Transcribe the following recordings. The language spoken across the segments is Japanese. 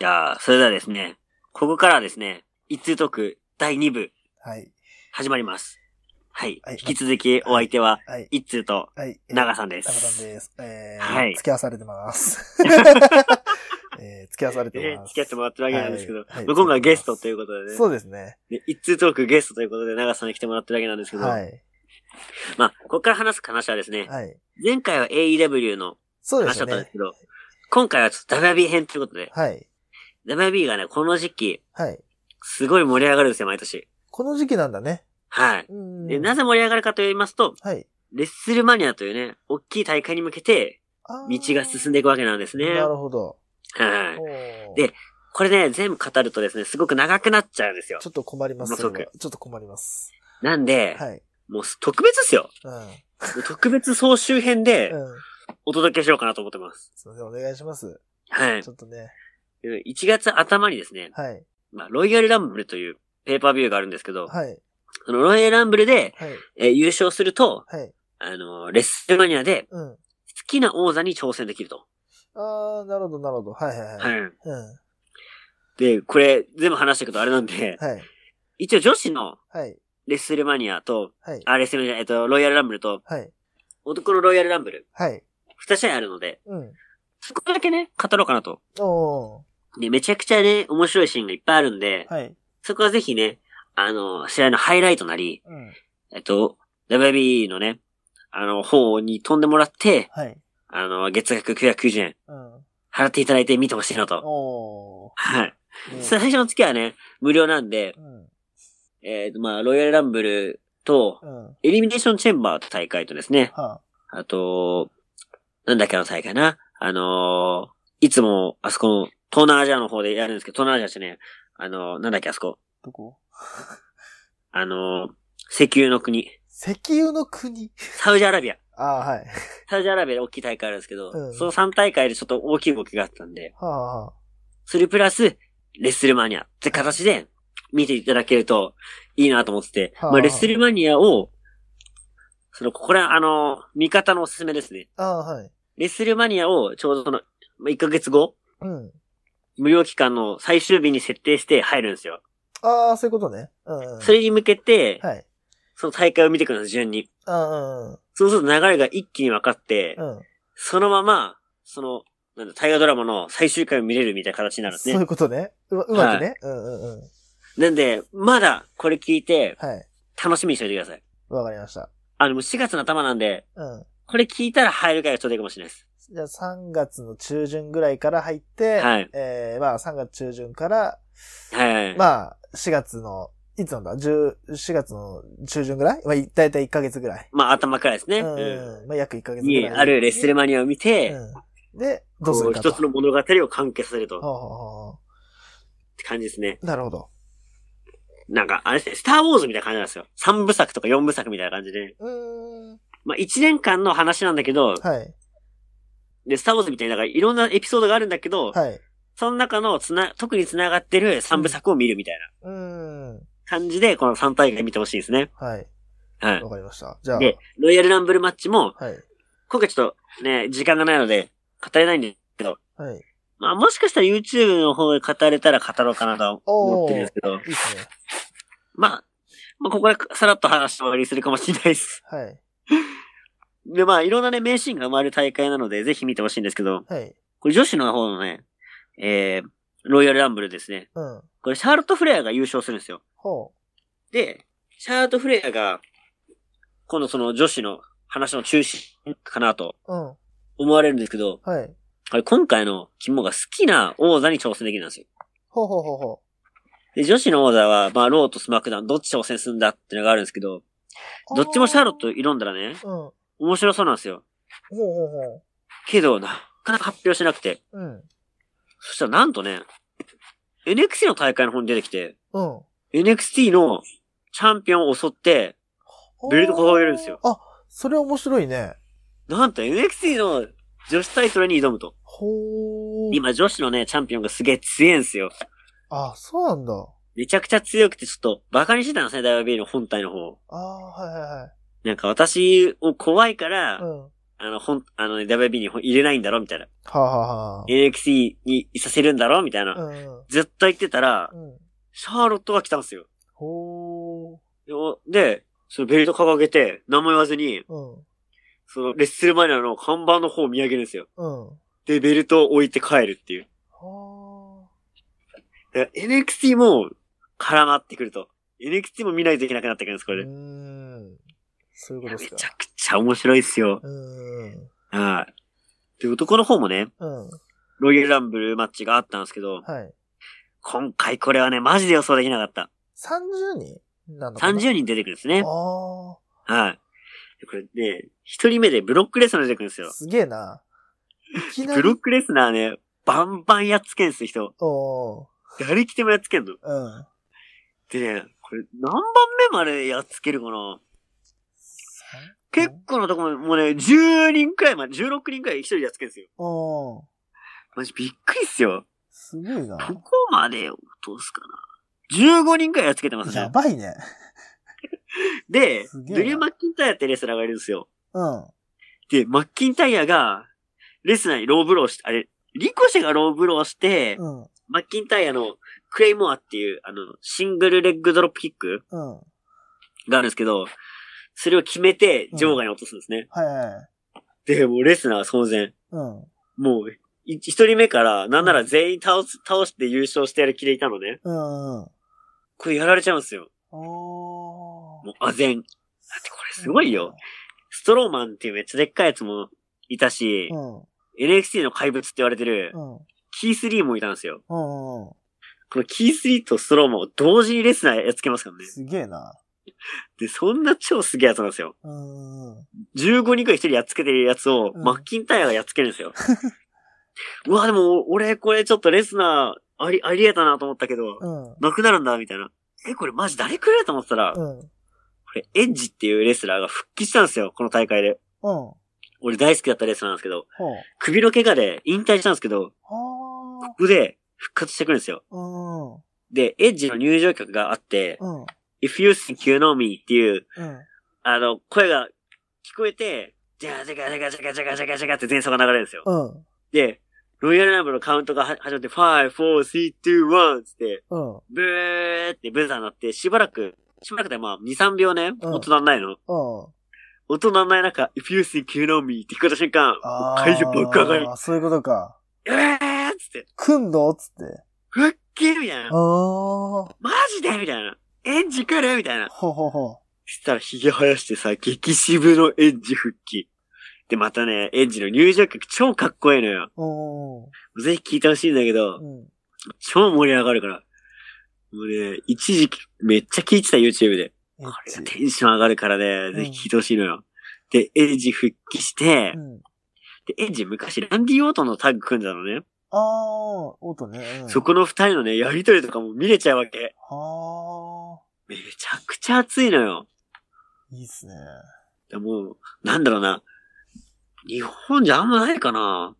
じゃあ、それではですね、ここからはですね、一通トーク第2部はい。始まります。はい。はい引き続きお相手は、はい。一通とはい。えー長さんです。中さんです。えー、はい付き合わされてます。 えー、付き合わされてねます。付き合ってもらってるわけなんですけど、はいはいまあ今回はゲストということでね、そうですね。で一通トークゲストということで長さんに来てもらってるわけなんですけど、はい。まあ、ここから話す話はですね、はい。前回は AEW のそうで話だすったんですね。けど、今回はちょっと WB 編ということで、はい。 WB がね、この時期、はい。すごい盛り上がるんですよ、毎年。この時期なんだね。はい。うん。で、なぜ盛り上がるかと言いますと、はい。レッスルマニアというね、大きい大会に向けて、道が進んででいくわけなんですね。なるほど。はい。おーでこれね、全部語るとですね、すごく長くなっちゃうんですよち。ょっと困りまもす。のすそごくれはちょっと困ります。なんで、はい。もう特別ですよ。うん。特別総集編で うん。お届けしようかなと思ってます。すいません、お願いします。はいち。ょっとね。 1月頭にですね、はい。まあ、ロイヤルランブルというペーパービューがあるんですけど、はい。そのロイヤルランブルで、はい。えー優勝すると、はい。あのーレッスルマニアでうん。好きな王座に挑戦できると。あー、なるほど、なるほど。はいはいはい。はい。うん。で、これ全部話していくとあれなんで、はい。一応女子のはい。レッスルマニアと、はい。あ、レッスルマニア、えっと、ロイヤルランブルと、はい。男のロイヤルランブル、はい。二試合あるので、うん。そこだけね、語ろうかなと。おで、めちゃくちゃね、面白いシーンがいっぱいあるんで、ー。はい。そこはぜひね、あの、試合のハイライトなり、うん。えっと、WB のね、あの、方に飛んでもらって、はい。あの、月額990円うん。払っていただいて見てほしいなと。おー。はい。ね最初の月はね、無料なんで、うん。えっ、と、まあ、ロイヤルランブルと、うん。エリミネーションチェンバーって大会とですね、はあと、なんだっけあの大会な、あのーいつも、あそこの、東南アジアの方でやるんですけど、東南アジアってね、あのーなんだっけあそこ、どこあのー石油の国、石油の国。サウジアラビア。ああ、はい。サウジアラビアで大きい大会あるんですけど、うんその3大会でちょっと大きい動きがあったんで、はあ、はあ。それプラス、レッスルマニアって形で見ていただけるといいなと思ってて、はあまあ、レッスルマニアを、その、これはあの、味方のおすすめですね。ああ、はい。レッスルマニアをちょうどその、まあ1ヶ月後、うん。無料期間の最終日に設定して入るんですよ。ああ、そういうことね。うん。うんそれに向けて、はい。その大会を見てくるんです、順に。ああ、そうすると流れが一気に分かって、うん。うん。そのまま、その、なんだ、大河ドラマの最終回を見れるみたいな形になるんですそういねう。ことね。うまうまくね。うんうんうん。なんで、まだこれ聞いて、はい。楽しみにしておいてください。わかりました。あの、もう4月の頭なんで、うん。これ聞いたら入る回がちょうどいいかもしれないです。じゃあ3月の中旬ぐらいから入って、はいえー、まあ3月中旬から、はい。 まあ4月の、いつなんだ ?10、4月の中旬ぐらいまあいだいたい1ヶ月ぐらい。まあ、頭からいですね。う。うんまあ約1ヶ月ん。に、ぐらい。あるレッスルママニアを見て、うん。で、どうすこるうかと。一つの物語を完結すると、っほうほうほうほて感じですね。うなるほど。なんか、あれですね、スターウォーズみたいな感じなんですよ。3部作とか4部作みたいな感じで。うーん。まあ、1年間の話なんだけど、はい。で、スターウォーズみたいになんかいろんなエピソードがあるんだけど、はい。その中のつな、特に繋がってる3部作を見るみたいなうーん。感じで、この3大会見てほしいですね。はい。はいわ。かりました。じゃあ、で、ロイヤルランブルマッチも、はい。今回ちょっとね、時間がないので、語れないんですけど、はい。まあもしかしたら YouTube の方で語れたら語ろうかなと思ってるんですけどい、いですね。まあ、まあここでさらっと話して終わりにするかもしれないです。はい。で、まあいろんなね、名シーンが生まれる大会なので、ぜひ見てほしいんですけど、はい。これ女子の方のね、えー、ロイヤルランブルですね。うん。これシャーロット・フレアが優勝するんですよ。ほで、シャーロット・フレアが、今度その女子の話の中心かなとう。うん。思われるんですけど、はい。これ今回の肝が好きな王座に挑戦できるんですよ。ほうほうほうほで、女子の王座は、まあ、ローとスマックダウン、どっち挑戦するんだっていうのがあるんですけど、う。どっちもシャーロッうトん。挑んだらね、ほ面白そうなんですよ。うほうほう。けど、なかなか発表しなくて。うん。そしたらなんとね、NXT の大会の方に出てきて、うん。 NXT のチャンピオンを襲って、ベルト掲げるんですよあ、それ面白いね。なんと NXT の女子タイトルに挑むと。ほー。。今女子のね、チャンピオンがすげえ強いんですよ。あ、そうなんだ。めちゃくちゃ強くてちょっとバカにしてたんですね、ダイワビーの本体の方。あーはいはいはい。なんか私を怖いから、うん。あの、ほん、あのね、WB に入れないんだろみたいな。はあ、はあは NXT にいさせるんだろみたいあ、な。うん。ずっと言ってたら、うん。シャーロットが来たんですよ。ほー。でおで、そのベルト掲げて、名前言わずに、うん。そのレッスルマニアの看板の方を見上げるんですよ。うん。で、ベルトを置いて帰るっていう。はだから NXT も絡まってくると。NXT も見ないといけなくなってくるんです、こー。うれ。ーん。そういういこやとめですかち。ゃくちゃ面白いっすよ。うーん。はい。で、男の方もね、うん。ロイヤルランブルマッチがあったんですけど、はい。今回これはね、マジで予想できなかった。 30人なのかな30人出てくるんですね。あはい。でこれで、一人目でブロックレスナー出てくるんですあ。よ。すげえな。いきなブロりッ。クレスナーね、バンバンやっつけんす、人。おー。誰来てもやっつけんの。うん。でね、これ何番目までやっつけるかな結構なとこも、もうね、10人くらいまで、16人くらい一人でやっつけんすよ。おー。マジびっくりっすよ。すごいな。ここまで落とすかな。15人くらいやっつけてますやね。ばいね。で、すげえなドリュー・マッキンタイヤってレスラーがいるんですよ。うん。で、マッキンタイヤが、レスラーにローブローして、あれ、リコシェがローブローして、うん。マッキンタイヤのクレイモアっていう、あの、シングルレッグドロップキックうん。はがあるんですけど、それを決めて、うん場外に落とすんですね。いはい。で、もうレスナーは騒然。うん。もう、い一人目から、なんなら全員倒す、倒して優勝してやる気でいたのね。うん。うんこれやられちゃうんですよ。おー。もう、あぜん。だってこれすごいよ。。ストローマンっていうめっちゃでっかいやつもいたし、うん。 NXT の怪物って言われてるう、ん。キースリーもいたんですよ。うん。うこのキースリーとストローマンを同時にレスナーやっつけますからねん。。すげえな。で、そんな超すげえやつなんですよ。うん。うん15人くらい一人やっつけてるやつを、うんマッキンタイヤがやっつけるんですよ。 うわ、でも、俺、これちょっとレスナー、あり、ありえたなと思ったけど、うん。なくなるんだ、みたいな。え、これマジ誰くれると思ってたら、こうん。れ、エッジっていうレスラーが復帰したんですよ、この大会で。うん。俺大好きだったレスラーなんですけど、ほう。首の怪我で引退したんですけど、はここで復活してくるんですよ。あ。うん。で、エッジの入場曲があって、うん。 If you think you know me っていう、うん。あの、声が聞こえて、じゃあ、じゃあ、じゃあ、じゃあ、じゃあ、じゃあ、じゃあ、じゃあって前奏が流れるんですよ。うん。で、ロイヤルランブルのカウントがは始まって、5、4、3、2、1つって、うん。ブーってブザーになって、しばらく、しばらくでまあ、2、3秒ね、うん音なんないの。うん。音なんない中、if you think you know me って聞こえた瞬間、もう会場爆上がりあ。ーそういうことか。えーっつって、くんどっつって。復帰みたいああ。な。ほマジでみたいな。エンジ来るみたいな。うほうほそしたら、髭生やしてさ、激渋のエンジ復帰。で、またね、エンジの入場曲超かっこいいのよ。う。おーぜひ聴いてほしいんだけど、うん。超盛り上がるから。もうね、一時期めっちゃ聞いてた YouTube で。こエッれがチ。テンション上がるからね、んぜひ聞いてほしいのよ。で、エンジ復帰してう、ん。で、エンジ昔ランディ・オートンのタッグ組んだのね。ああ、音ね。うん、そこの二人のね、やりとりとかも見れちゃうわけ。はあ。めちゃくちゃ熱いのよ。いいっすね。でもう、なんだろうな。日本じゃあんまないかな。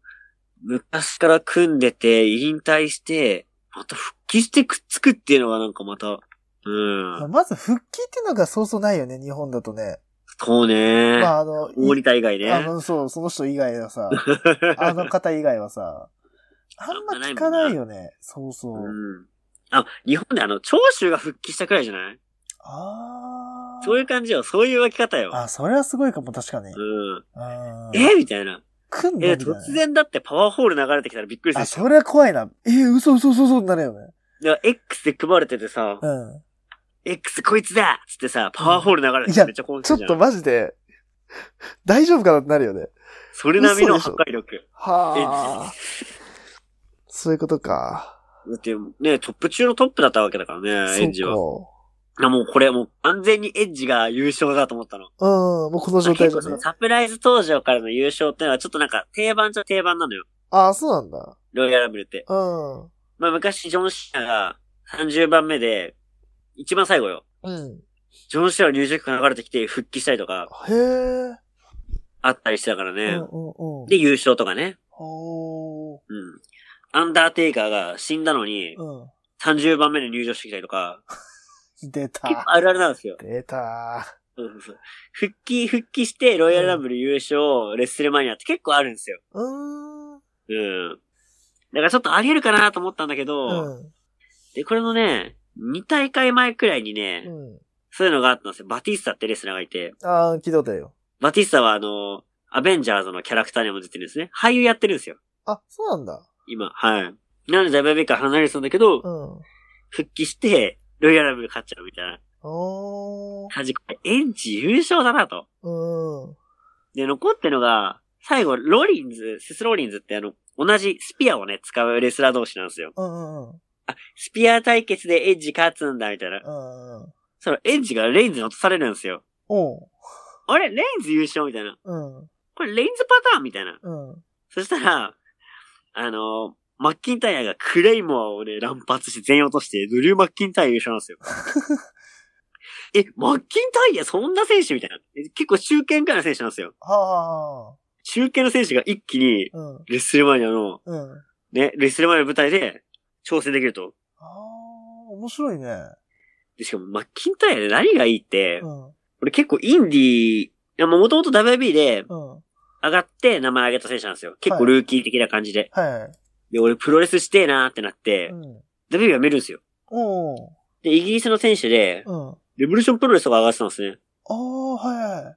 昔から組んでて、引退して、また復帰してくっつくっていうのがなんかまた、うん。まず復帰っていうのがそうそうないよね、日本だとね。そうね。まああの、大仁田以外あね。の、そう、その人以外 はさ、あの方以外はさ、あんま聞かないよね。そうそうう。ん。あ、日本であの、長州が復帰したくらいじゃないああ。そういう感じよ。そういう湧き方よ。あ、それはすごいかも、確かに。うん。うんえみたいな。来んのえ、みたいな突然だってパワーホール流れてきたらびっくりするあ、でしそれは怖いな。えー、嘘嘘嘘嘘になるよね。ょ。だから X で配られててさ、う X こいつだっつってさ、パワーホール流れていやめっちゃ興奮ん。ちすょるじっゃん。とマジで、大丈夫かなってなるよね。それなみの嘘破でしょ壊力。はあ。そういうことか。だってね、トップ中のトップだったわけだからね、エそッジは。うあもうこれもう完全にエッジが優勝だと思ったの。か。うん、もうこの状態結構だそのね。サプライズ登場からの優勝ってのはちょっとなんか定番じゃ定番なのよ。ああ、そうなんだ。ロイヤルランブルって。うん。まあ昔、ジョン・シナが30番目で、一番最後よ。うん。ジョン・シナの入場曲が流れてきて復帰したりとか、へえ。あったりしてたからうんね。うんうん。で、優勝とかね。おー。うん。アンダーテイカーが死んだのに、う30番目で入場してきたりとか、ん。出結構た。あるあるなんですよ。出た。うそうそうそう。復帰、復帰して、ロイヤルランブル優勝、レッスルマニアって結構あるんですよ。うーん。うん。だからちょっとあり得るかなと思ったんだけど、うん。で、これのね、2大会前くらいにね、うん。そういうのがあったんですよ。バティスタってレスラーがいて、ああ、聞いとったよ。バティスタはあの、アベンジャーズのキャラクターにも出てるんですね。俳優やってるんですよ。あ、そうなんだ。今。はい。なので WWE から離れてたんだけど、うん。復帰して、ロイヤルランブル勝っちゃうみたいなおー。感じ。これ、エンジ優勝だなと。うん。で、残ってるのが、最後、ロリンズ、セスローリンズってあの、同じスピアをね、使うレスラー同士なんですよ。うんうんうん。スピア対決でエッジ勝つんだ、みたいな。うんうん。そのエッジがレインズに落とされるんですよ。おう。あれレインズ優勝みたいな。うん。これレインズパターンみたいな。うん。そしたら、あの、マッキンタイヤがクレイモアをね、乱発して全員落として、ドリュー・マッキンタイヤ優勝なんですよ。え、マッキンタイヤそんな選手みたいな。え結構中堅からいの選手なんですよ。はあはあは中堅の選手が一気に、あ。うん。レッスルマニアの、うん。ね、レッスルマニアの舞台で挑戦できると。ああ、面白いね。で、しかも、マッキンタイヤで何がいいって、うん。俺結構インディー、いや、もともと WB でうん。は上がって名前上げた選手なんですよ。結構ルーキー的な感じで。いはい。で、俺プロレスしてえなーってなって、うん。 WB が見るんですよ。おう。で、イギリスの選手で、うん。あレボリューションプロレスとか上がってたんですね。あ、はいはだか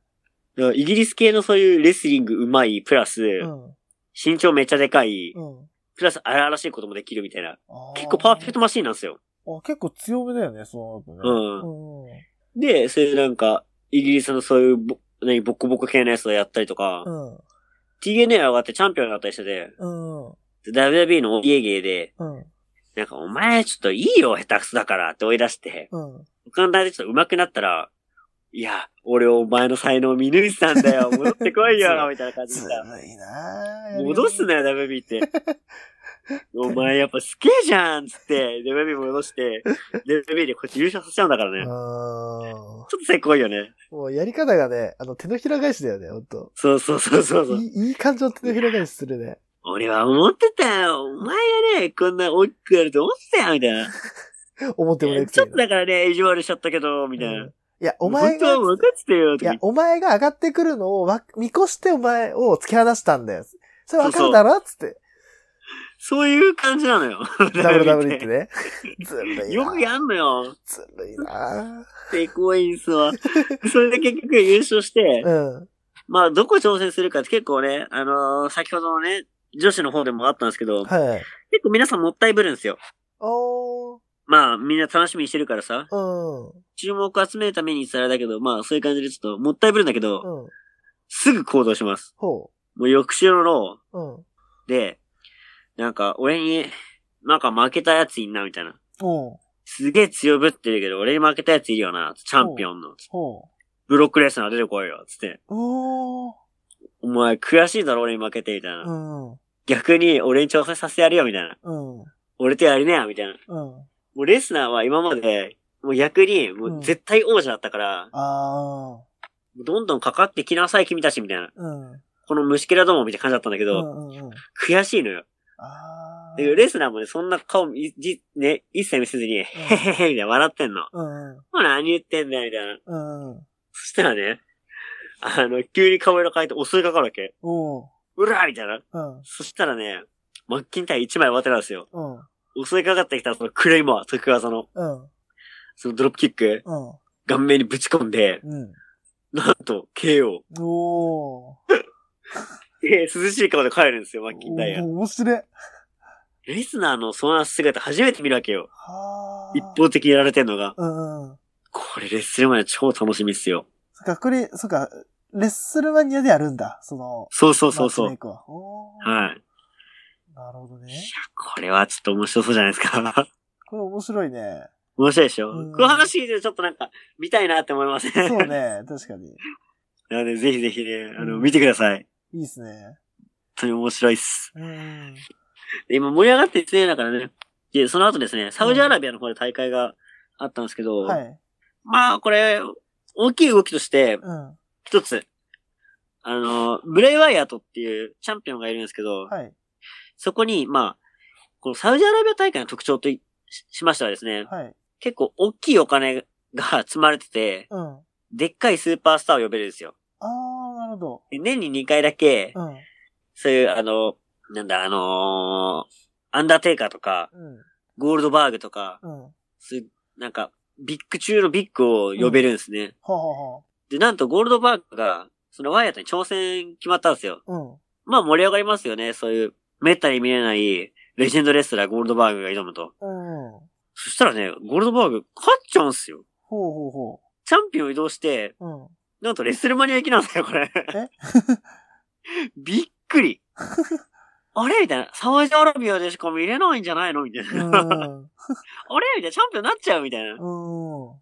らイギリス系のそういうレスリング上手い、プラス、い。うん。身長めっちゃでかい、うん。プラス荒々しいこともできるみたいな。あー結構パーフェクトマシーンなんですよ。あ、結構強めだよね、そうなるとね。うん。うん。で、そういうなんか、イギリスのそういうぼ、何、ボッコボコ系のやつをやったりとか、うん。 TNA 上がってチャンピオンになったりしてて、うん。で WB のイエゲーで、うん。なんかお前ちょっといいよ、下手くそだからって追い出して、うん。他の台でちょっと上手くなったら、いや、俺お前の才能見抜いてたんだ よ、戻ってこいそよ、みたいな感じずでるさ。いなぁ戻す。なよ、WB って。お前やっぱすげえじゃんっつって、WB 戻して、WB でこっち優勝させちゃうんだからうね。ん。ちょっとせこいよね。もうやり方がね、あの手のひら返しだよね、ほんと。そうそうそうそうそう。いい、いい感じの手のひら返しするね。俺は思ってたよ。お前がね、こんな大きくやると思ってたよ、みたいな。思ってもなくちてょっとだからね、意地悪しちゃったけど、みたいな。うんいや、お本前当はが、分かってたよ、いとかや言っ、て。お前が上がってくるのをわ見越してお前を突き放したんだよ。それわかるだろつって。そういう感じなのよ。WW ってね。ずるいな。よくやんのよ。ずるいなテイクインスは。 それで結局優勝して、うん。まあ、どこ挑戦するかって結構ね、あのー先ほどのね、女子の方でもあったんですけど、はい。結構皆さんもったいぶるんですよ。おー。まあ、みんな楽しみにしてるからさ、うん。注目を集めるために言ったらあれだけど、まあ、そういう感じでちょっともったいぶるんだけど、うん。すぐ行動します。ほもう翌週のロう。うん。ーで、なんか、俺に、なんか負けたやついんな、みたいな。おう。すげえ強ぶってるけど、俺に負けたやついるよな、チャンピオンの。ほブロックレスナー出てこいよ、つって。う。おー。お前悔しいだろ、俺に負けて、みたいな。うん。逆に、俺に挑戦させてやるよ、みたいな。うん。俺とやりなよ、みたいな。うん。もうレスナーは今まで、もう逆に、もう絶対王者だったから、あどんどんかかってきなさい、君たち、みたいな。ー。うん。うんこの虫けらどもみたいな感じだったんだけど、うんうん。悔しいのよ。あー。でレスナーもね、そんな顔、いじね、一切見せずに、へ へへ、みたいな笑ってんの。うんうん。ほら、何言ってんだよ、みたいな。うんうん。そしたらね、あの、急に顔色変えて襲いかかるわけ。おう。うらーみたいな。うん。そしたらね、マッキンタイ一枚渡たんですよ。うん。襲いかかってきたそのクレイモア、徳技の、うん。そのドロップキック、うん。顔面にぶち込んで、うん。なんと、KO。おー。で、涼しい顔で帰るんですよ、マッキンタイがお。面白い。レスナーのそんな姿初めて見るわけよ。はー。一。方的にやられてんのが。うんうん。これレッスルマニア超楽しみっすよ。そっか、これ、そっか、レッスルマニアでやるんだ。その、そうそうそうそマッチメイう。クは。おー。はい。なるほどねいや。、これはちょっと面白そうじゃないですか。これ面白いね。面白いでしょ、うんこの話聞いてるとちょっとなんか、見たいなって思いますね。そうね、確かに。 なので、ぜひぜひね、あの、うん見てください。本いいっすね。当に面白いっす。うん。で今盛り上がってるせいだからね。で、その後ですね、サウジアラビアの方で大会があったんですけど、はい。まあ、これ、大きい動きとして、うん。一つ、あの、ブレイワイヤートっていうチャンピオンがいるんですけど、はい。そこに、まあ、このサウジアラビア大会の特徴といししましてはですね、はい。結構大きいお金が積まれてて、うん。でっかいスーパースターを呼べるんですよ。あー、なるほど。で年に2回だけ、うん。そういう、あの、なんだ、あのーアンダーテイカーとか、うん。ゴールドバーグとか、うん。はそういうなんか、ビッグ中のビッグを呼べるんですね。あ、はで、なんとゴールドバーグが、そのワイヤットに挑戦決まったんですよ。あはあ、うん。まあ盛り上がりますよね。そういう、めったに見れない、レジェンドレスラーゴールドバーグが挑むと。うん。ほうそしたらね、ゴールドバーグ勝っちゃうんすよ。ほうほチャンピオンを移動して、う。うん。なんとレッスルマニア行きなんだよ、これ。え びっく り。あれみたいな。サウジアラビアでしか見れないんじゃないのみたいな。 あれみたいな。チャンピオンになっちゃうみたいな。うん。うん。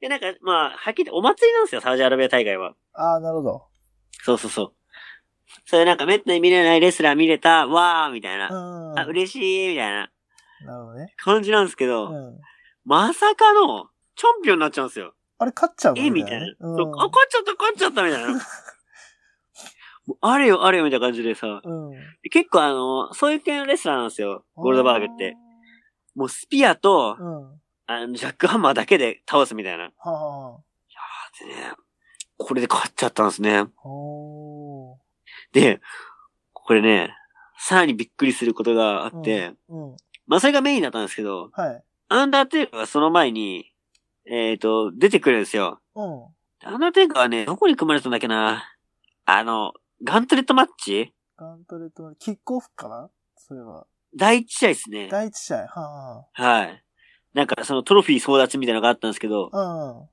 で、なんか、まあ、はっきり言ってお祭りなんですよ、サウジアラビア大会は。あー、なるほど。そうそうそう。それなんかめったに見れないレスラー見れた、わーみたいな。うん。あ、嬉しいみたいななるほどね。感じなんですけうど、ん。まさかの、チャンピオンになっちゃうんですよ。あれ、勝っちゃうのえみたいな。うそうあ、勝っちゃった、勝っちゃったみ たいな。もうあれよ、あれよ、みたいな感じでさ。ん。うん。結構あの、そういう系のレスラーなんですよ。ゴールドバーグって。もうスピアとあー。、うん。はあの、ジャックハンマーだけで倒すみたいな。あ、はあ。でね、これで勝っちゃったんですね。おー。で、これね、さらにびっくりすることがあって、うん。まあ、それがメインだったんですけど、はい。アンダーテイカーがその前に、えっ、と、出てくるんですよ。うん。アンダーテイカーはね、どこに組まれたんだっけなあの、ガントレットマッチガントレットのキックオフかなそういえば。第一試合ですね。第一試合。ははい。なんかそのトロフィー争奪みたいなのがあったんですけどあ、、は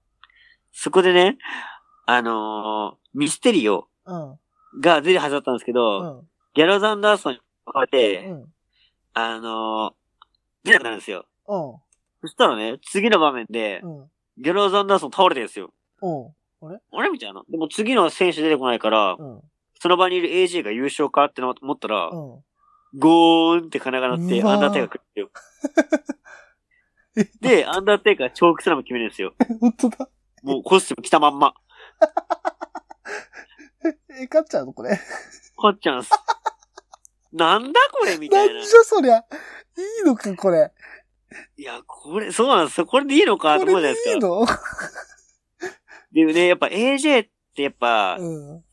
そこでね、あのーミステリオあ。うん。が出るはずだったんですけうど、ん。ギャロザンダーソンに変わって、うん。うん。あのー出なくなるんですよ。うん。そしたらね、次の場面でう、ん。ギャロザンダーソン倒れてるんですよ。うん。あれみたいな。でも次の選手出てこないからう、ん。その場にいる AJ が優勝かって思ったら、うん。ゴーンって金が鳴って、うわーアンダーテイカー来るん ですよ。で、アンダーテイカーチョークスラム決めるんですよ。本当だ。もうコスチューム着たまんま。え、勝っちゃうのこれ。なんこっち ゃんす。なんだこれみじたゃいな。いそりゃ。いいのか、これ。や、これ、そうなんですよ。これでいいのかとこ思うじゃなれいででいいすか。のでね、やっぱ AJ ってやっぱ、う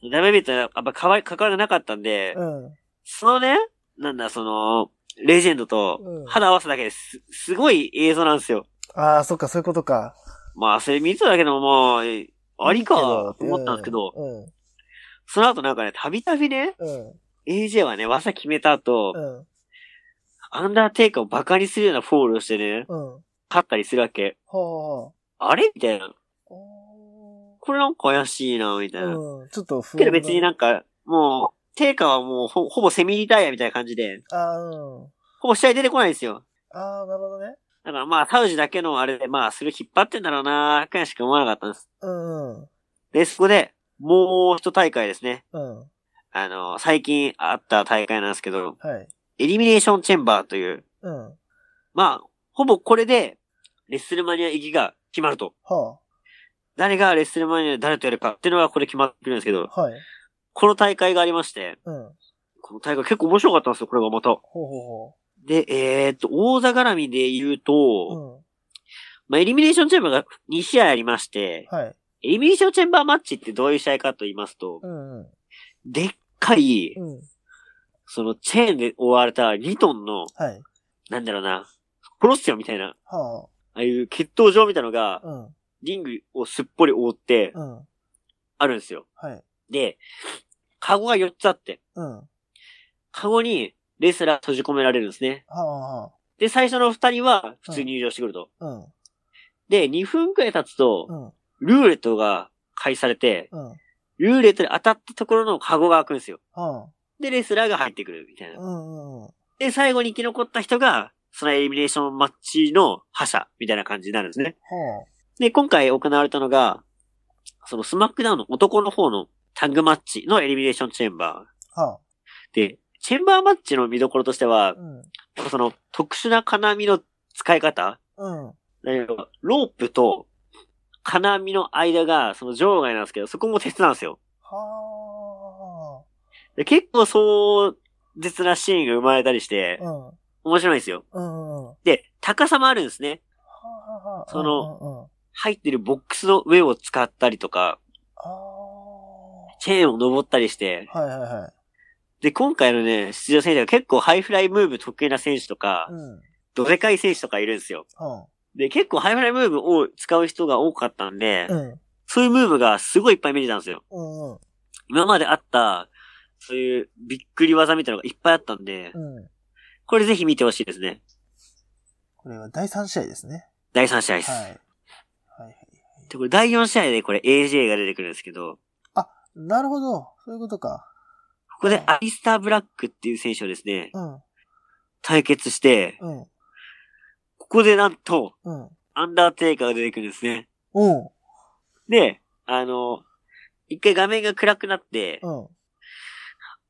ん。ダメビーとやっぱかわい関わりがなかったんで、うん。そのね、なんだ、その、レジェンドうとん肌合わせだけです、すごい映像なんですよ。ああ、そっか、そういうことか。まあ、それ見てただけでももう、えありか、といいけど思ったんですけど、うん。その後なんかね、たびたびね、うん。 AJ はね、技決めた後、うん。アンダーテイカーをバカにするようなフォールをしてね、うん。勝ったりするわけ。はあ。あれみたいな。おこれなんか怪しいな、みたいな。ーうん。ちょっと不けど別にな。なんか、もう、テイカーはもうほほぼセミリタイヤみたいな感じで、あーうん。ほぼ試合出てこないんですよ。ああ、なるほどね。だからまあ、サウジだけのあれで、まあ、それを引っ張ってんだろうな、くらいしか思わなかったんです。うん。うん。で、そこで、もう一大会ですね。うん。あの、最近あった大会なんですけど、はい。エリミネーションチェンバーという、うん。はまあ、ほぼこれで、レッスルマニア行きが決まると。あ。誰がレッスルマニアで誰とやるかっていうのがこれ決まってるんですけど、はい。この大会がありまして、うん。この大会結構面白かったんですよ、これがまた。ほうほで、えー、っと、王座絡みで言うとう、ほまあ、エリミネーションチェンバーが2試合ありまして、う。うん。はい。エリミネーションチェンバーマッチってどういう試合かと言いますとう、んうん。でっかい、うん。そのチェーンで覆われた2トンの、はい。なんだろうな、コロッセオみたいな、はああいう血闘場みたいなのがあ。、うん。リングをすっぽり覆って、うん。あるんですよ。はい。で、カゴが4つあって、うん。はカゴにレスラー閉じ込められるんですね。あはで、最初の2人は普通に入場してくると。あ。うん。で、2分くらい経つとう、ん。ルーレットが開始されて、うん。はルーレットに当たったところのカゴが開くんですよ。あ。で、レスラーが入ってくるみたいうな。ん。うん。で、最後に生き残った人が、そのエリミネーションマッチの覇者みたいな感じになるんですね。はで、今回行われたのが、そのスマックダウンの男の方のタッグマッチのエリミネーションチェンバあ。はー。で、チェンバーマッチの見どころとしてはあ。う、ん。その特殊な金網の使い方うん。なんかロープと金網の間がその場外なんですけど、そこも鉄なんですよ。はで結構壮絶なシーンが生まれたりしてあ。う、ん。面白いんですよ。うん。はで、高さもあるんですね。あはあ。その、入ってるボックスの上を使ったりとか、ああ。チェーンを登ったりして、はいはいはい。で、今回のね、出場選手が結構ハイフライムーブ得意な選手とかう、ん。うん。どでかい選手とかいるんですよ。で、結構ハイフライムーブを使う人が多かったんで、うん。そういうムーブがすごいいっぱい見れたんですよ。うん。うん。今まであった、そういうびっくり技みたいなのがいっぱいあったんで、うん。これぜひ見てほしいですね。これは第3試合ですね。第3試合です。はい。はいはい。で、これ第4試合でこれ AJ が出てくるんですけど、なるほど。そういうことか。ここでアリスター・ブラックっていう選手をですね、うん。対決して、うん。ここでなんと、うん。アンダーテイカーが出てくるんですね。うん。で、あの、一回画面が暗くなって、うん。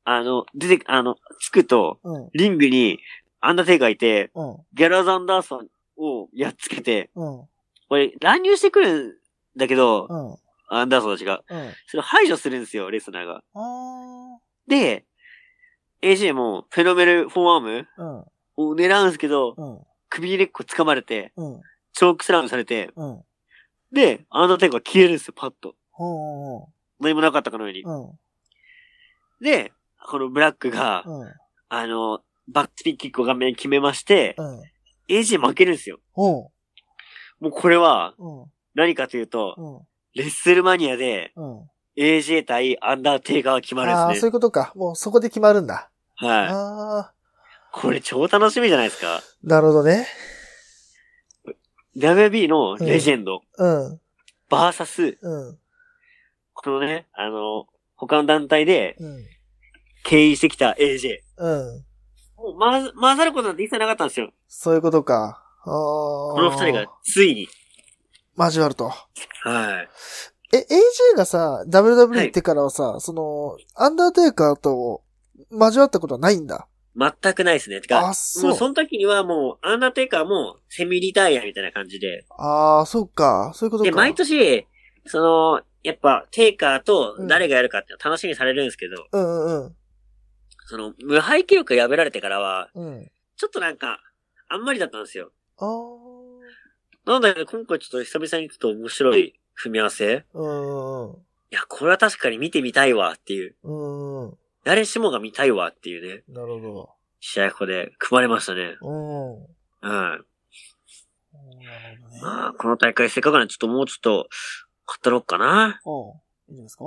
あの、出て、あの、つくと、うん。リングにアンダーテイカーがいて、うん。ギャラーズ・アンダーソンをやっつけて、うん。うん。これ乱入してくるんだけど、うん。アンダーソンたちが。うん。それを排除するんですよ、レスナーが。あで、AJ もフェノメルフォーアームー。うん。を狙うんですけど、うん。首に根っこ掴まれて、うん。チョークスラムされて、うん。で、アンダーテイカーが消えるんですよ、パッと。ほ何もなかったかのようにう。ん。うん。で、このブラックが、うん。あの、バックスピンキックを画面に決めまして、うん。 AJ 負けるんですよ。ほもうこれは、う。うん。何かというと、うん。レッスルマニアでうん。あ AJ 対アンダーテイカーが決まあるんー、でそすね。ういうことか。もうそこで決まるんだ。はい。ああ。これ超楽しみじゃないですか。なるほどね。 WB のレジェンド、うん。バーサス、うん。このね、あの、他の団体でうん。経営してきた AJ。うん。もう回す回さることなんて一切なかったんですよ。そういうことか。ああ。ここの二人が。ついに。交わると。はい。え、AJ がさ、WWE 行ってからはさ、その、アンダーテイカーと交わったことはないんだ。全くないですね。てあ、か、そもうう。その時にはもう、アンダーテイカーもセミリタイアみたいな感じで。ああ、そうか。そういうことか。で、毎年、その、やっぱ、テイカーと誰がやるかって楽しみにされるんですけど、うんうんその、無敗記録が破られてからは、うん。うん。ちょっとなんか、あんまりだったんですよ。ああ。なんだけど、今回ちょっと久々にちょっと面白い組み合わせうんうんいや、これは確かに見てみたいわっていう。うん。うん。誰しもが見たいわっていうね、なるほ試合ここで組まれましたね。ど。うん。うん。なるほどね。まあ、この大会せっかくなんでちょっともうちょっと、語ろうかな。うん。いいですか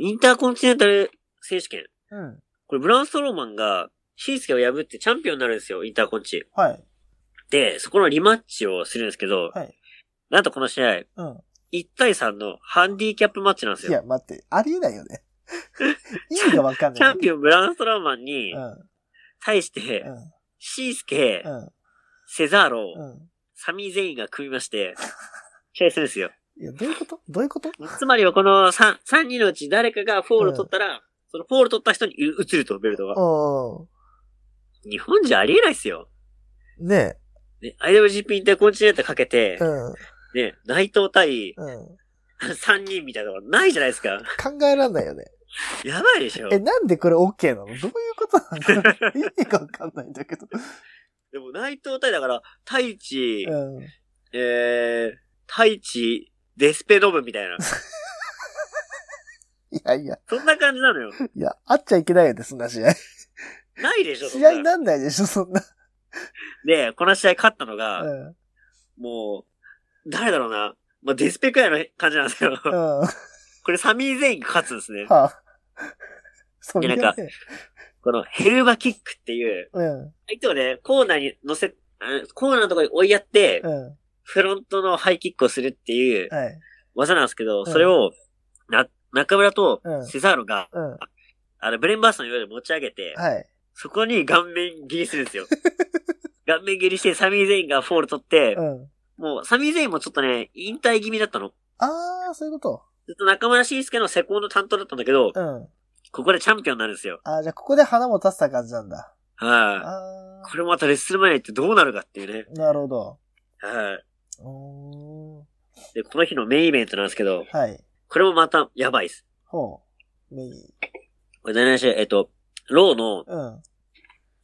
インターコンチネンタル選手権。うん。これ、ブラウンストローマンが、シースケを破ってチャンピオンになるんですよ、インターコンチ。はい。で、そこのリマッチをするんですけど、はい。なんとこの試合、うん。 1対3のハンディキャップマッチなんですいや、よ。待って、ありえないよね。 意味がわかんチなャいン。ピオンブラウンストローマンにうん。対して、うシースケ、ん。うん。セザーロ、うん。サミーゼインが組みまして、試合するんですよ。いや、どういうことどういうことつまりはこの3、三人のうち誰かがフォールを取ったら、そのフォール取った人にう移ると、ベルトが。う日本じゃありえないっすよ。ん。ねね、IWGP インターコンチネンタルかけてえ。、うん。ね、内藤対うん。 3人みたいなのがないじゃないですか。 考えらんないよね。やばいでしょ。え、なんでこれ OK なのどういうことなの意味がわかんないんだけど。でも内藤対だから、太一、うん。えー、太一、デスペノブみたい な。いやいや、そんな感じなのよ。いや、あっちゃいけないよね、そんな試合。ないでしょ、そん試 合なになんないでしょ、そんな。で、この試合勝ったのが、うん。もう、誰だろうな。まあ、デスペくらいの感じなんですけど、うん。は これサミー・ゼインが勝つんですね。あ。そいやなんかねこのヘルバキックっていう、うん。相手をね、コーナーに乗せ、あコーナーのところに追いやって、う。フロントのハイキックをするっていうんはい。技なんですけど、んそれを、な、中村とうんセザーロが、うん。あの、ブレンバースの上で持ち上げて、はい。そこに顔面蹴りするん ですよ。顔面蹴りして、サミー・ゼインがフォール取ってう、ん。もう、サミー・ゼインもちょっとね、引退気味だったの。あー、そういうこずっと中村慎介のセコンド担当だったんだけど、と。うん。ここでチャンピオンになるんですよ。あー、じゃあここで花も立てた感じなんだ。はい、あこれもまたレッスルマニアってどうなるかっていうね。ー。なるほど。はい、うーん。で、この日のメインイベントなんですけど、はい。これもまたやばいです。ほう。メイン。これ第7試合、えっと、ローのうん。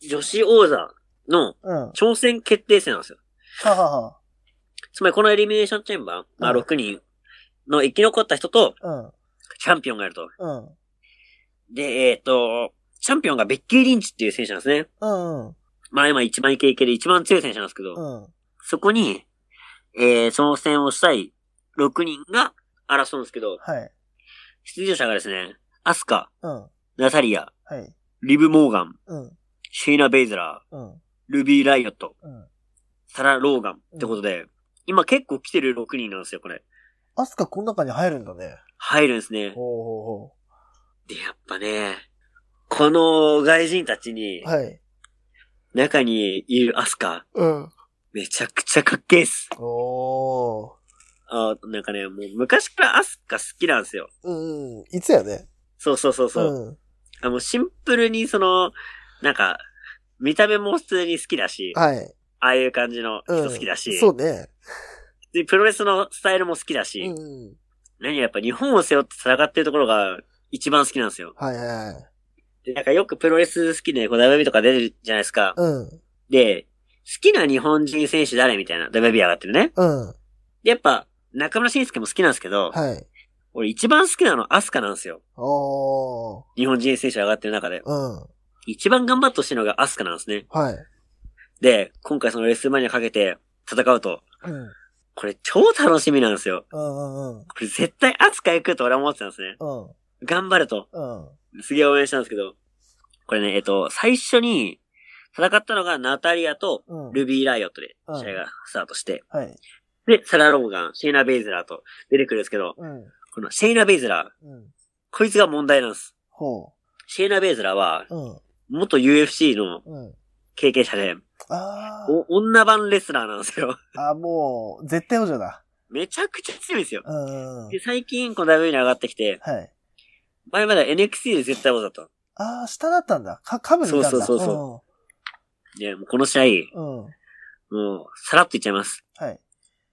女子王座のうん。は挑戦決定戦なんですよ。はは。つまりこのエリミネーションチェンバー、まあうん6人の生き残った人とうん。チャンピオンがいると。うん。で、えっ、と、チャンピオンがベッキー・リンチっていう選手なんですね。うん。うん。まあ今一番イケイケで一番強い選手なんですけど、うん。そこに、えー、挑戦をしたい6人が争うんですけど、はい。出場者がですね、アスカ、うん。はナタリア、い。リブ・モーガン、うん。シェイナ・ベイズラうん。ー、ルビー・ライオット、うん。サラ・ローガンってことで、今結構来てる6人なんですよ、これ。アスカこの中に入るんだね。入るんですね。ほうほで、やっぱね、この外人たちにうほう。、はい。中にいるアスカ、うん。めちゃくちゃかっけえっす。おー。あなんかね、もう昔からアスカ好きなんですよ。うんうん。いつやね。そうそうそうそう。うん。あもうシンプルにその、なんか、見た目も普通に好きだし、あはい。あいう感じのうん。人好きだし、そうね。でプロレスのスタイルも好きだし、うんうん。何よりやっぱ日本を背負って戦ってるところが一番好きなんですよ。はいはいはい。で、なんかよくプロレス好きで、こう WB とか出るじゃないですか。うん。で、好きな日本人選手誰みたいな WB 上がってるね。うん。で、やっぱ、中村晋介も好きなんですけど、はい。俺一番好きなのアスカなんですよ。おー。日本人選手上がってる中で。うん。一番頑張ってほしいのがアスカなんですね。はい。で、今回そのレスマニアかけて戦うと、うん。これ超楽しみなんですよ。うんうんうん。これ絶対アスカ行くと俺は思ってたんですね。うん。頑張ると。うん。すげえ応援したんですけど。これね、えっと、最初に戦ったのがナタリアとうん。ルビー・ライオットでうん試合がスタートして、はい。で、サラ・ローガン、シェイナ・ベイズラーと出てくるんですけど、うん。このシェイナ・ベイズラー、うん。こいつが問題なんです。ほシェイナ・ベイズラーは、う。うん。元 UFC のうん。経験者で、あー。お女版レスラーなんですよ。 あ、もう、絶対王者だ。めちゃくちゃ強いんですよ。うんうんうん。で、最近、この W に上がってきて、はい。前までは NXT で絶対王者だった。あー、下だったんだ。か、かぶにいたんだ。そうそうそうそで、もうこの試合、うん。うん。もう、さらっといっちゃいます。はい。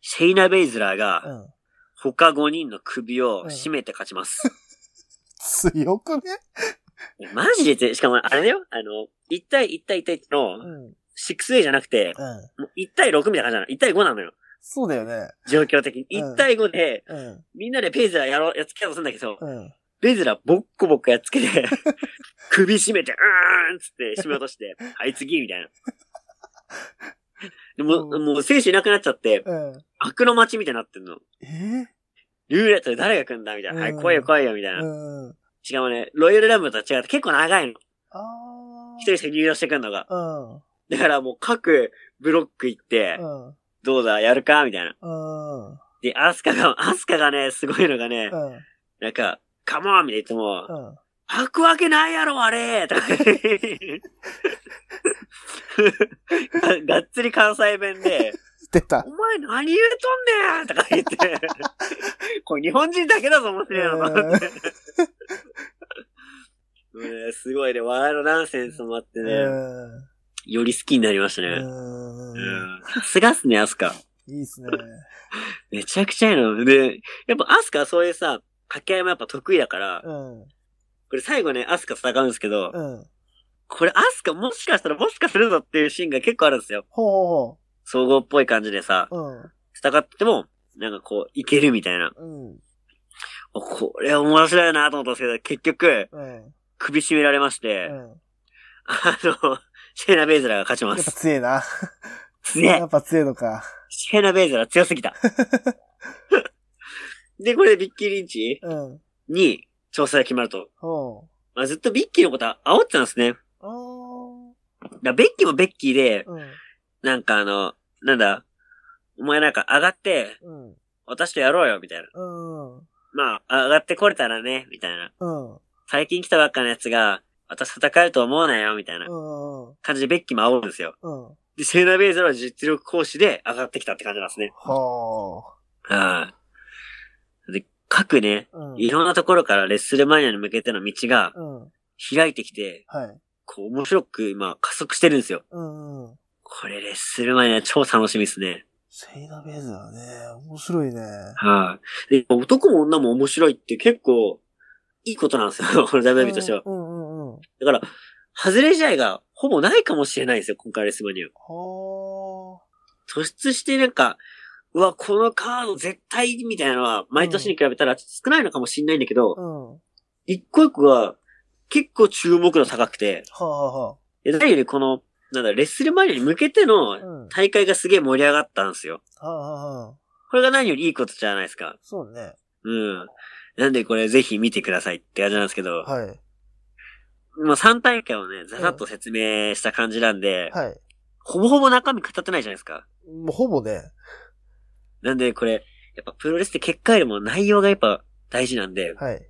シェイナ・ベイズラーうが、ん。他5人の首を絞めて勝ちます。 強くねマジで強い、しかもあれだよ、あの、1対1対1対1うのん。うん。 6A じゃなくて、もう1対6みたいな感じなの。1対5なのよ。そうだよね。状況的に。うん1対5で、うん。みんなでベイズラーやろう、やっつけようとするんだけど、うん。ベイズラーボッコボッコやっつけて、 首絞めて、うーんっつって締め落として、 はい次みたいな。でも、うんもう選手いなくなっちゃって、うん。悪の街みたいになってんの。えールーレットで誰が来んだみたいな。はい、うん来いよ来いよみたいな。うん。しかもね、ロイヤルラムとは違って結構長いの。あ一ー。人しか入場してくんのが。うん。だからもう各ブロック行って、うん。どうだ、やるかみたいな。うん。で、アスカが、アスカがね、すごいのがねう、ん。なんか、カモンみたいに言っても、うん。履くわけないやろ、あれとか。 ががっつり関西弁で、出たお。前何言うとんねんとか言って、これ日本人だけだぞ、面白いの。もうねすごいね、笑いのナンセンスもあってうね、ん。より好きになりましたね。ううんさすがっすね、アスカ。ん。いいっすね。めちゃくちゃいいの。で、やっぱアスカはそういうさ、掛け合いもやっぱ得意だから、うん。これ最後ね、アスカ戦うんですけど、うん。これアスカもしかしたらもしかするぞっていうシーンが結構あるんですよ。ほう総合っぽい感じでさほう、ほう。戦っても、なんかこう、いけるみたいな。うん。うん。これ面白いなと思ったんですけど、結局、うん。首絞められましうて、あん。の、シェーナ・ベイズラーが勝ちまやっぱす。強いな。強やえっぱ強いのか。シェーナ・ベイズラー強すぎた。で、これでビッキー・リンチうん。に調査が決まると。ほまあ、ずっとビッキーのことは煽ってたんですね。う。うん。だからベッキーもベッキーで、うん。なんかあの、なんだ、お前なんか上がって、うん。私とやろうよ、みたいな。うん。まあ、上がってこれたらね、みたいな。うん。最近来たばっかのやつが、私戦えると思うなよ、みたいなうん。感じでベッキーも煽るんですよ。うん。で、シェーナ・ベイズラは実力行使で上がってきたって感じなんですね。ほはい。で、各ね、う。うん。いろんなところからレッスルマニアに向けての道がうん。開いてきて、はい。こう面白く今加速してるんですよ。うん。うん。これレッスルマニア超楽しみですね。セイナベーズだね。面白いね。はい。で、男も女も面白いって結構いいことなんですよ。こ の WB としては。うんうんうん。だから、外れ試合がほぼないかもしれないんですよ、今回レッスルマニア。ほ突出してなんか、うわ、このカード絶対みたいなのは、毎年に比べたらちょっと少ないのかもしんないんだけど、うん。は一個一個が結構注目度高くて、あ、はで何よりこの、なんだ、レッスルマニアに向けてあ、はあ。うのん。は大会がすげえ盛り上がったんですよ。あ、はあ、はあ。これが何よりいいことじゃないですか。そうね。うん。なんでこれぜひ見てくださいって感じなんですけど、はい。まあ3大会をね、ざざっと説明した感じなんで、はい。ほぼほぼ中身語ってないじゃないですか。もうほぼね。なんでこれ、やっぱプロレスって結果よりも内容がやっぱ大事なんで、はい。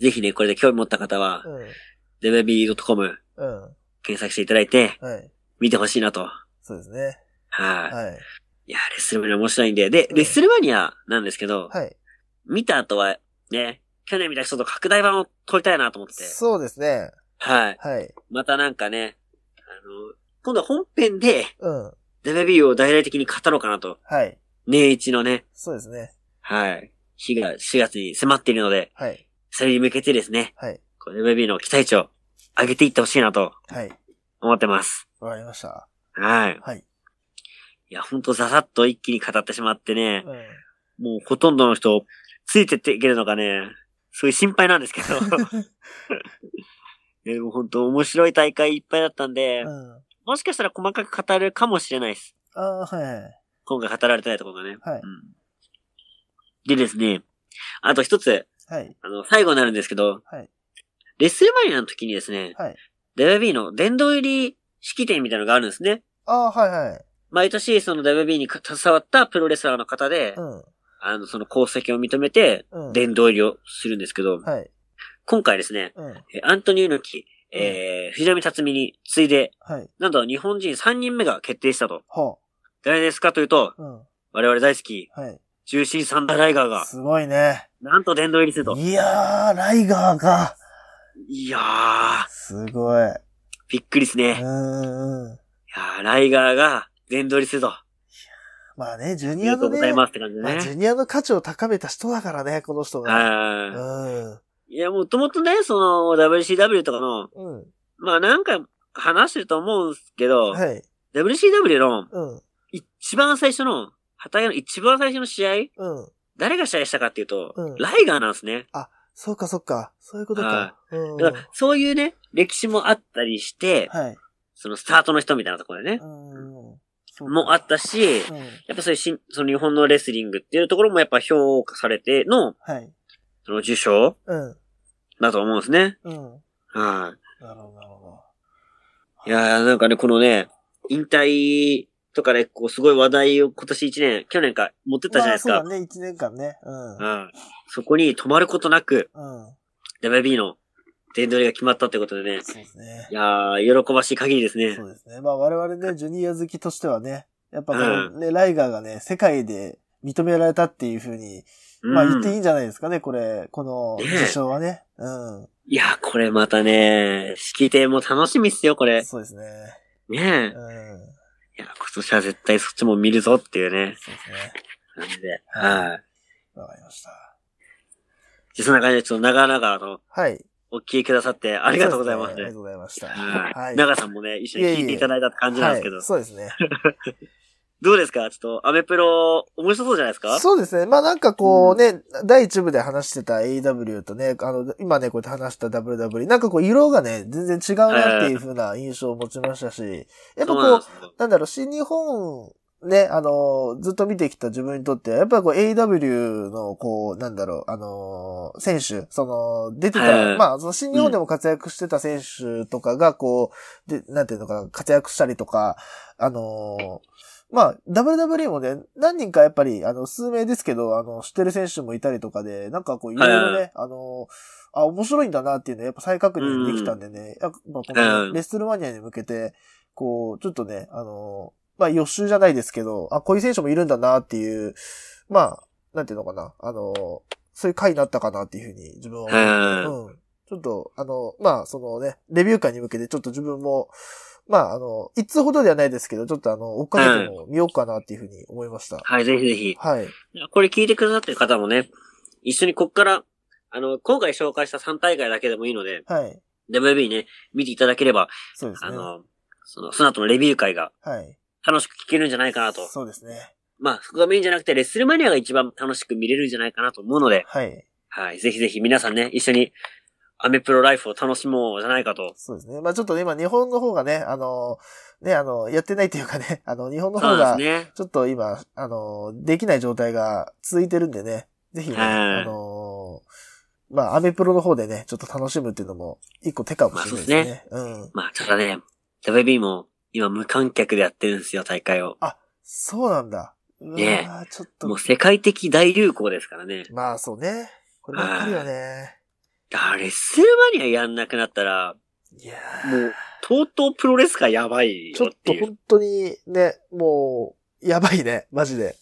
ぜひね、これで興味持った方はう、ん。 dbb.com うん。検索していただいて、はい。見てほしいなと。そうですね。はい。はい。いや、レッスルマニア面白いんで。で、うんレッスルマニアなんですけど、はい。見た後は、ね、去年見た人と拡大版を撮りたいなと思ってて。そうですね。はい。はい。またなんかね、あの、今度は本編で、うん。 WB を大々的に語ろうかなと。はい。年一のね、そうですね。はい。日が4月に迫っているので、はい。それに向けてですね、はい。こう WB の期待値を上げていってほしいなとはい。思ってます。わかりました。はい。はい。いや、ほんとざさっと一気に語ってしまってね、うん。もうほとんどの人、ついてっていけるのかね、すごい心配なんですけ ど。えでも本当面白い大会いっぱいだったんで、うん。あもしかしたら細かく語るかもしれないです。あー、はい。今回語られてないところがね。はいうんでですね、あと一つ、はい。あの、最後になるんですけど、はい。レッスルマニアの時にですね、はい。 WB の殿堂入り式典みたいなのがあるんですね。ああー、はいはい。毎年、その WB に携わったプロレスラーの方で、うん。あの、その功績を認めて、うん。殿堂入りをするんですけど、はい。今回ですね、うん。えアントニオ猪木、えー、藤波辰巳に次いで、はい。なんと日本人3人目が決定したと。ほ誰ですかというと、う。うん。我々大好き、はい。重心サンダーライガーが、すごいね。なんと殿堂入りすると。いやー、ライガーが、いやー、すごい。うびっくりですね。いーんうん。やー、ライガーが殿堂入りすると。あまあね、ジュりニがアとのうごね、ざいますって感じでまあジね。ュニアの価値を高めた人だからね、この人が。はい。うん。いや、もともとね、その WCW とかの、うん。まあ何回も話してると思うんですけど、はい。 WCW のうん。一番最初の、畑の一番最初の試合、うん。誰が試合したかっていうと、うんライガーなんですね。そうか、そうか。そういうことはか。うん。だから、そういうね、歴史もあったりして、はい。そのスタートの人みたいなところでねう、ん。そうかもあったし、うん。やっぱそういうしん、その日本のレスリングっていうところもやっぱ評価されての、はい。その受賞うん。だと思うんですね。うん。はなるほど、なるほい。いやー、なんかね、このね、引退とかね、こう、すごい話題を今年1年、去年か、持ってったど。じゃないでまあ、すそうだか。ね、一年間ね。うん。うん。うん。そこに止まることなく、WB の殿堂入りが決まったってことでね、そうですねい。やー、喜ばしい限りですねそ。うですね。まあ、我々ね、ジュニア好きとしてはね、やっぱこのね、ライガーがね、世界で認められたっていうふうに、まあうん言っていいんじゃないですかね、これ、このね受賞はね。うん。いやー、これまたね、式典も楽しみっすよ、これ。そうですね。ねえ。うん。いや、今年は絶対そっちも見るぞっていうね、そうですね。感じで。はいはい。わかりました。じゃあそんな感じで、ちょっと長々とはい。お聞きくださってありがとうございますそですねありがねと。うございました。は。はいい。長さんもね、一緒に聞いていただいたって感じなんですけど。はいそうですね。どうですかちょっと、アメプロ、面白そうじゃないですかそうですね。まあなんかこうね、第一部で話してた AW とね、あの、今ね、こうやって話した WW、なんかこう色がね、全然違うなっていう風な印象を持ちましたし、やっぱこう、そうなんですよなんだろう、新日本、ね、あの、ずっと見てきた自分にとっては、やっぱこう AW の、こう、なんだろう、あの、選手、その、出てはた、いまあ、その新日本でも活躍してた選手とかが、こう、で、なんていうのかな、活躍したりとか、あの、まあ、WWE もね、何人かやっぱり、あの、数名ですけど、あの、知ってる選手もいたりとかで、なんかこう、いろいろはね、あの、あ、面白いんだなっていうのはやっぱ再確認できたんでね、やっぱこうんのレッスルマニアに向けて、こう、ちょっとね、あのーまあ予習じゃないですけど、あ、こういう選手もいるんだなっていう、まあ、なんていうのかな、あのーそういう回になったかなっていうふうに自分は思いますはうん。ちょっと、あの、まあ、そのね、レビュー会に向けて、ちょっと自分も、まあ、あの、一通ほどではないですけど、ちょっとあの、追っかけても見ようかなっていうふうに思いましい。た。はい、ぜひぜひ。はい。これ聞いてくださってる方もね、一緒にこっから、あの、今回紹介した3大会だけでもいいので、はい。 WB ね、見ていただければ、そうですあね。の、その、その後のレビュー会がはい。楽しく聞けるんじゃないかなとそうですね。まあ、そこがメインじゃなくて、レッスルマニアが一番楽しく見れるんじゃないかなと思うので、はい。はい。ぜひぜひ皆さんね、一緒にアメプロライフを楽しもうじゃないかと。そうですね。まあちょっとね今日本の方がね、あのーね、あのーやってないというかね、あ の、日本のそ方うですが、ね。ちょっと今、あのーできない状態が続いてるんでね、ぜひね、はいあのーまあアメプロの方でね、ちょっと楽しむっていうのも、一個手かもしれないですね。うん。まあ、ただね、WB も今無観客でやってるんですよ、大会を。そうなんだ。うわーねちょっもとう、世界的大流行ですからね。まあそうね。こればっかりよね。あレッスルマニアやんなくなったら、いやーもう、とうとうプロレスがやばいちょよっってという。本当にね、もう、やばいね、マジで。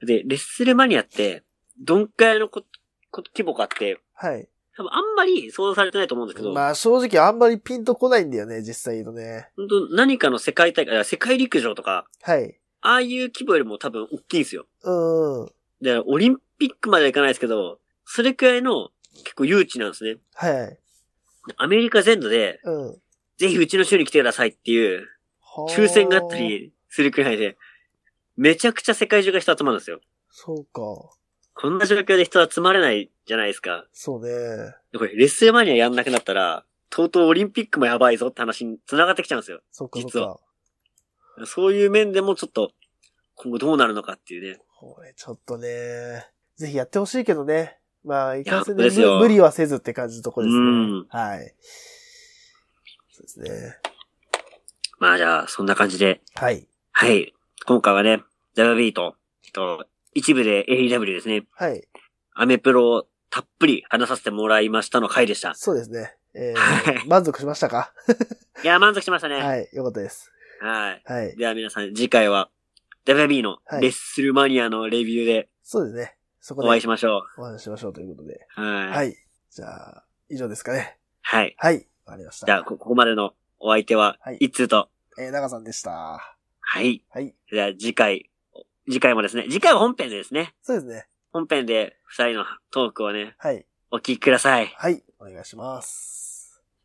で、レッスルマニアって、どんくらいのここ規模かって、はい。多分あんまり想像されてないと思うんですけど、まあ正直あんまりピンとこないんだよね、実際のね。本当何かの世界大会、あ世界陸上とか、はい。ああいう規模よりも多分大きいんですよ。うん。はい。だからオリンピックまではいかないですけど、それくらいの結構誘致なんですね。アメリカ全土で、うん。ぜひうちの州に来てくださいっていう、は ー抽選があった。りするくらいで、めちゃくちゃ世界中が人集まるんですよ。そうか。こんな状況で人集まれないじゃないですか。そうね。これ、レッスルマニアやんなくなったら、とうとうオリンピックもやばいぞって話に繋がってきちゃうんですよ。そうか、そう実かは。そういう面でもちょっと、今後どうなるのかっていうね。これちょっとね。ぜひやってほしいけどね。まあ、いかんせんいや本当ねですよ無無理はせずって感じのとこでうすねん。はい。そうですね。まあじゃあ、そんな感じで、はい。はい。今回はね、WB と、えっと、一部で AEW ですね、はい。アメプロをたっぷり話させてもらいましたの回でした。そうですね。えはー、満足しましたかいや、満足しましたね。ははい。よかったです。い。はい。では皆さん、次回は、WB のはいレッスルマニアのレビューでそうですね。そこでお会いしましょお話ししましょうということで。う。は。はいい。じゃあ、以上ですかね。はい。はい。わかりました。じゃあ、こここまでのお相手ははい、一通と、えー、長さんでした。はい。はい。じゃあ、次回、次回もですね、次回は本編でですね、そうですね。本編で二人のトークをね、はい。お聞きください。はい。お願いします。